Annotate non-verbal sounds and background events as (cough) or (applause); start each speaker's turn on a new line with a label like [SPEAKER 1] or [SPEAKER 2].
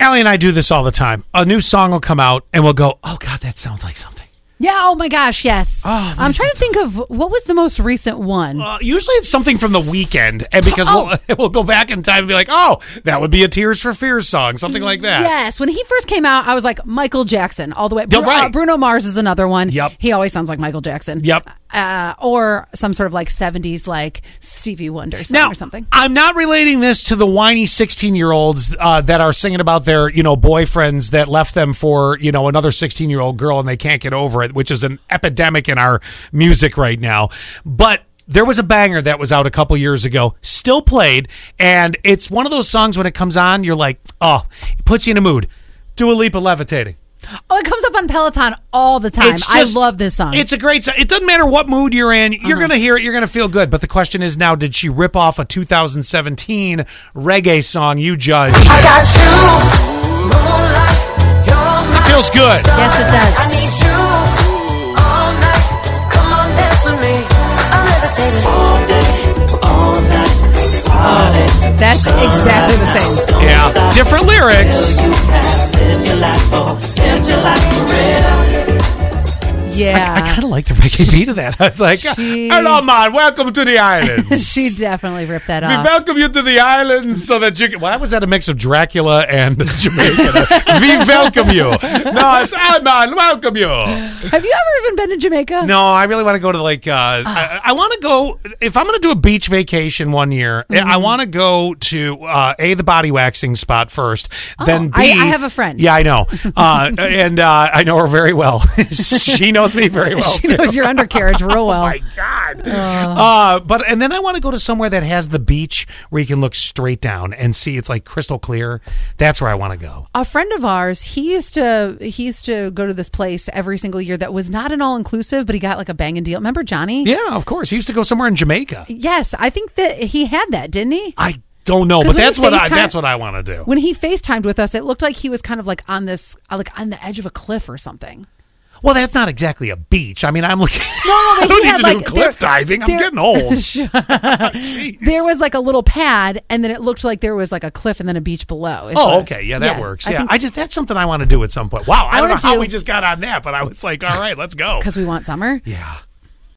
[SPEAKER 1] Allie and I do this all the time. A new song will come out, and we'll go, "Oh God, that sounds like something."
[SPEAKER 2] Yeah. Oh my gosh. Yes.
[SPEAKER 1] Oh, man,
[SPEAKER 2] I'm trying to think of what was the most recent one.
[SPEAKER 1] Uh, usually, it's something from the weekend, and (laughs) because we'll we'll go back in time and be like, "Oh, that would be a Tears for Fears song," something like that.
[SPEAKER 2] Yes, when he first came out, I was like Michael Jackson all the way. Bru-
[SPEAKER 1] right.
[SPEAKER 2] uh, Bruno Mars is another one.
[SPEAKER 1] Yep.
[SPEAKER 2] He always sounds like Michael Jackson.
[SPEAKER 1] Yep.
[SPEAKER 2] Uh, or some sort of like '70s, like Stevie Wonder song
[SPEAKER 1] Now,
[SPEAKER 2] or something.
[SPEAKER 1] I'm not relating this to the whiny 16 year olds uh, that are singing about their, you know, boyfriends that left them for, you know, another 16 year old girl and they can't get over it, which is an epidemic in our music right now. But there was a banger that was out a couple years ago, still played, and it's one of those songs when it comes on, you're like, oh, it puts you in a mood. Do a leap of levitating.
[SPEAKER 2] Oh, it comes up on Peloton all the time.
[SPEAKER 1] It's
[SPEAKER 2] I
[SPEAKER 1] just-
[SPEAKER 2] love this song. Uh-huh.
[SPEAKER 1] It's a great song. It doesn't matter what mood you're in. You're going to hear it. You're going to feel good. But the question is now, did she rip off a 2017 reggae song? You judge.
[SPEAKER 3] I got you. Moonlight, you're my
[SPEAKER 1] It feels good.
[SPEAKER 3] sun.
[SPEAKER 2] Yes, it does.
[SPEAKER 3] I need you all night. Come on, dance with me. I'm levitating.
[SPEAKER 2] That's exactly the same.
[SPEAKER 1] Yeah. Different lyrics.
[SPEAKER 2] Yeah.
[SPEAKER 1] I kind of like the reggae beat of that. (laughs) I was like,
[SPEAKER 2] She-
[SPEAKER 1] hello, man. Welcome to the islands.
[SPEAKER 2] (laughs) she uh, definitely ripped that
[SPEAKER 1] We
[SPEAKER 2] off.
[SPEAKER 1] welcome you to the islands so that you can. Why was that a mix of Dracula and (laughs) Jamaica? we welcome you. No, it's "Ah, man, welcome you.
[SPEAKER 2] Have you ever even been to Jamaica?
[SPEAKER 1] No, I really want to go to like. Uh,
[SPEAKER 2] Ah.
[SPEAKER 1] I, I want to go if I'm going to do a beach vacation one year. I-
[SPEAKER 2] Mm-hmm.
[SPEAKER 1] I want to go to uh, a the body waxing spot first, then B.
[SPEAKER 2] Oh, I- I have a friend.
[SPEAKER 1] Yeah, I know,
[SPEAKER 2] (laughs)
[SPEAKER 1] uh, and uh, I know her very well. (laughs) she knows me
[SPEAKER 2] (laughs)
[SPEAKER 1] very well.
[SPEAKER 2] she
[SPEAKER 1] too.
[SPEAKER 2] knows your
[SPEAKER 1] (laughs)
[SPEAKER 2] undercarriage real well.
[SPEAKER 1] Oh My God, uh, but and then I want to go to somewhere that has the beach where you can look straight down and see it's like crystal clear. That's where I want to go.
[SPEAKER 2] a friend of ours he used to he used to go to this place every single year that was not an all-inclusive but he got like a banging deal remember johnny
[SPEAKER 1] Yeah, of course. He used to go somewhere in Jamaica.
[SPEAKER 2] yes i think that he had that didn't he
[SPEAKER 1] I don't know,
[SPEAKER 2] 'Cause
[SPEAKER 1] but
[SPEAKER 2] when
[SPEAKER 1] that's
[SPEAKER 2] he
[SPEAKER 1] what I
[SPEAKER 2] FaceTime-
[SPEAKER 1] that's what I want to do.
[SPEAKER 2] when he facetimed with us it looked like he was kind of like on this like on the edge of a cliff or something
[SPEAKER 1] Well, that's not exactly a beach. I mean, I'm looking.
[SPEAKER 2] (laughs) no, but
[SPEAKER 1] I don't
[SPEAKER 2] he
[SPEAKER 1] need
[SPEAKER 2] had,
[SPEAKER 1] to do
[SPEAKER 2] like,
[SPEAKER 1] cliff
[SPEAKER 2] there-
[SPEAKER 1] diving. I'm
[SPEAKER 2] there-
[SPEAKER 1] getting
[SPEAKER 2] (laughs)
[SPEAKER 1] old. (laughs) Jeez.
[SPEAKER 2] there was like a little pad and then it looked like there was like a cliff and then a beach below It's
[SPEAKER 1] Oh,
[SPEAKER 2] like-
[SPEAKER 1] okay. Yeah, that works. Yeah, I,
[SPEAKER 2] think
[SPEAKER 1] just that's something I want to do at some point. Wow, I, don't know
[SPEAKER 2] wanna
[SPEAKER 1] how
[SPEAKER 2] do- (laughs)
[SPEAKER 1] we just got on that, but I was like, all right, let's go.
[SPEAKER 2] because we want summer
[SPEAKER 1] Yeah.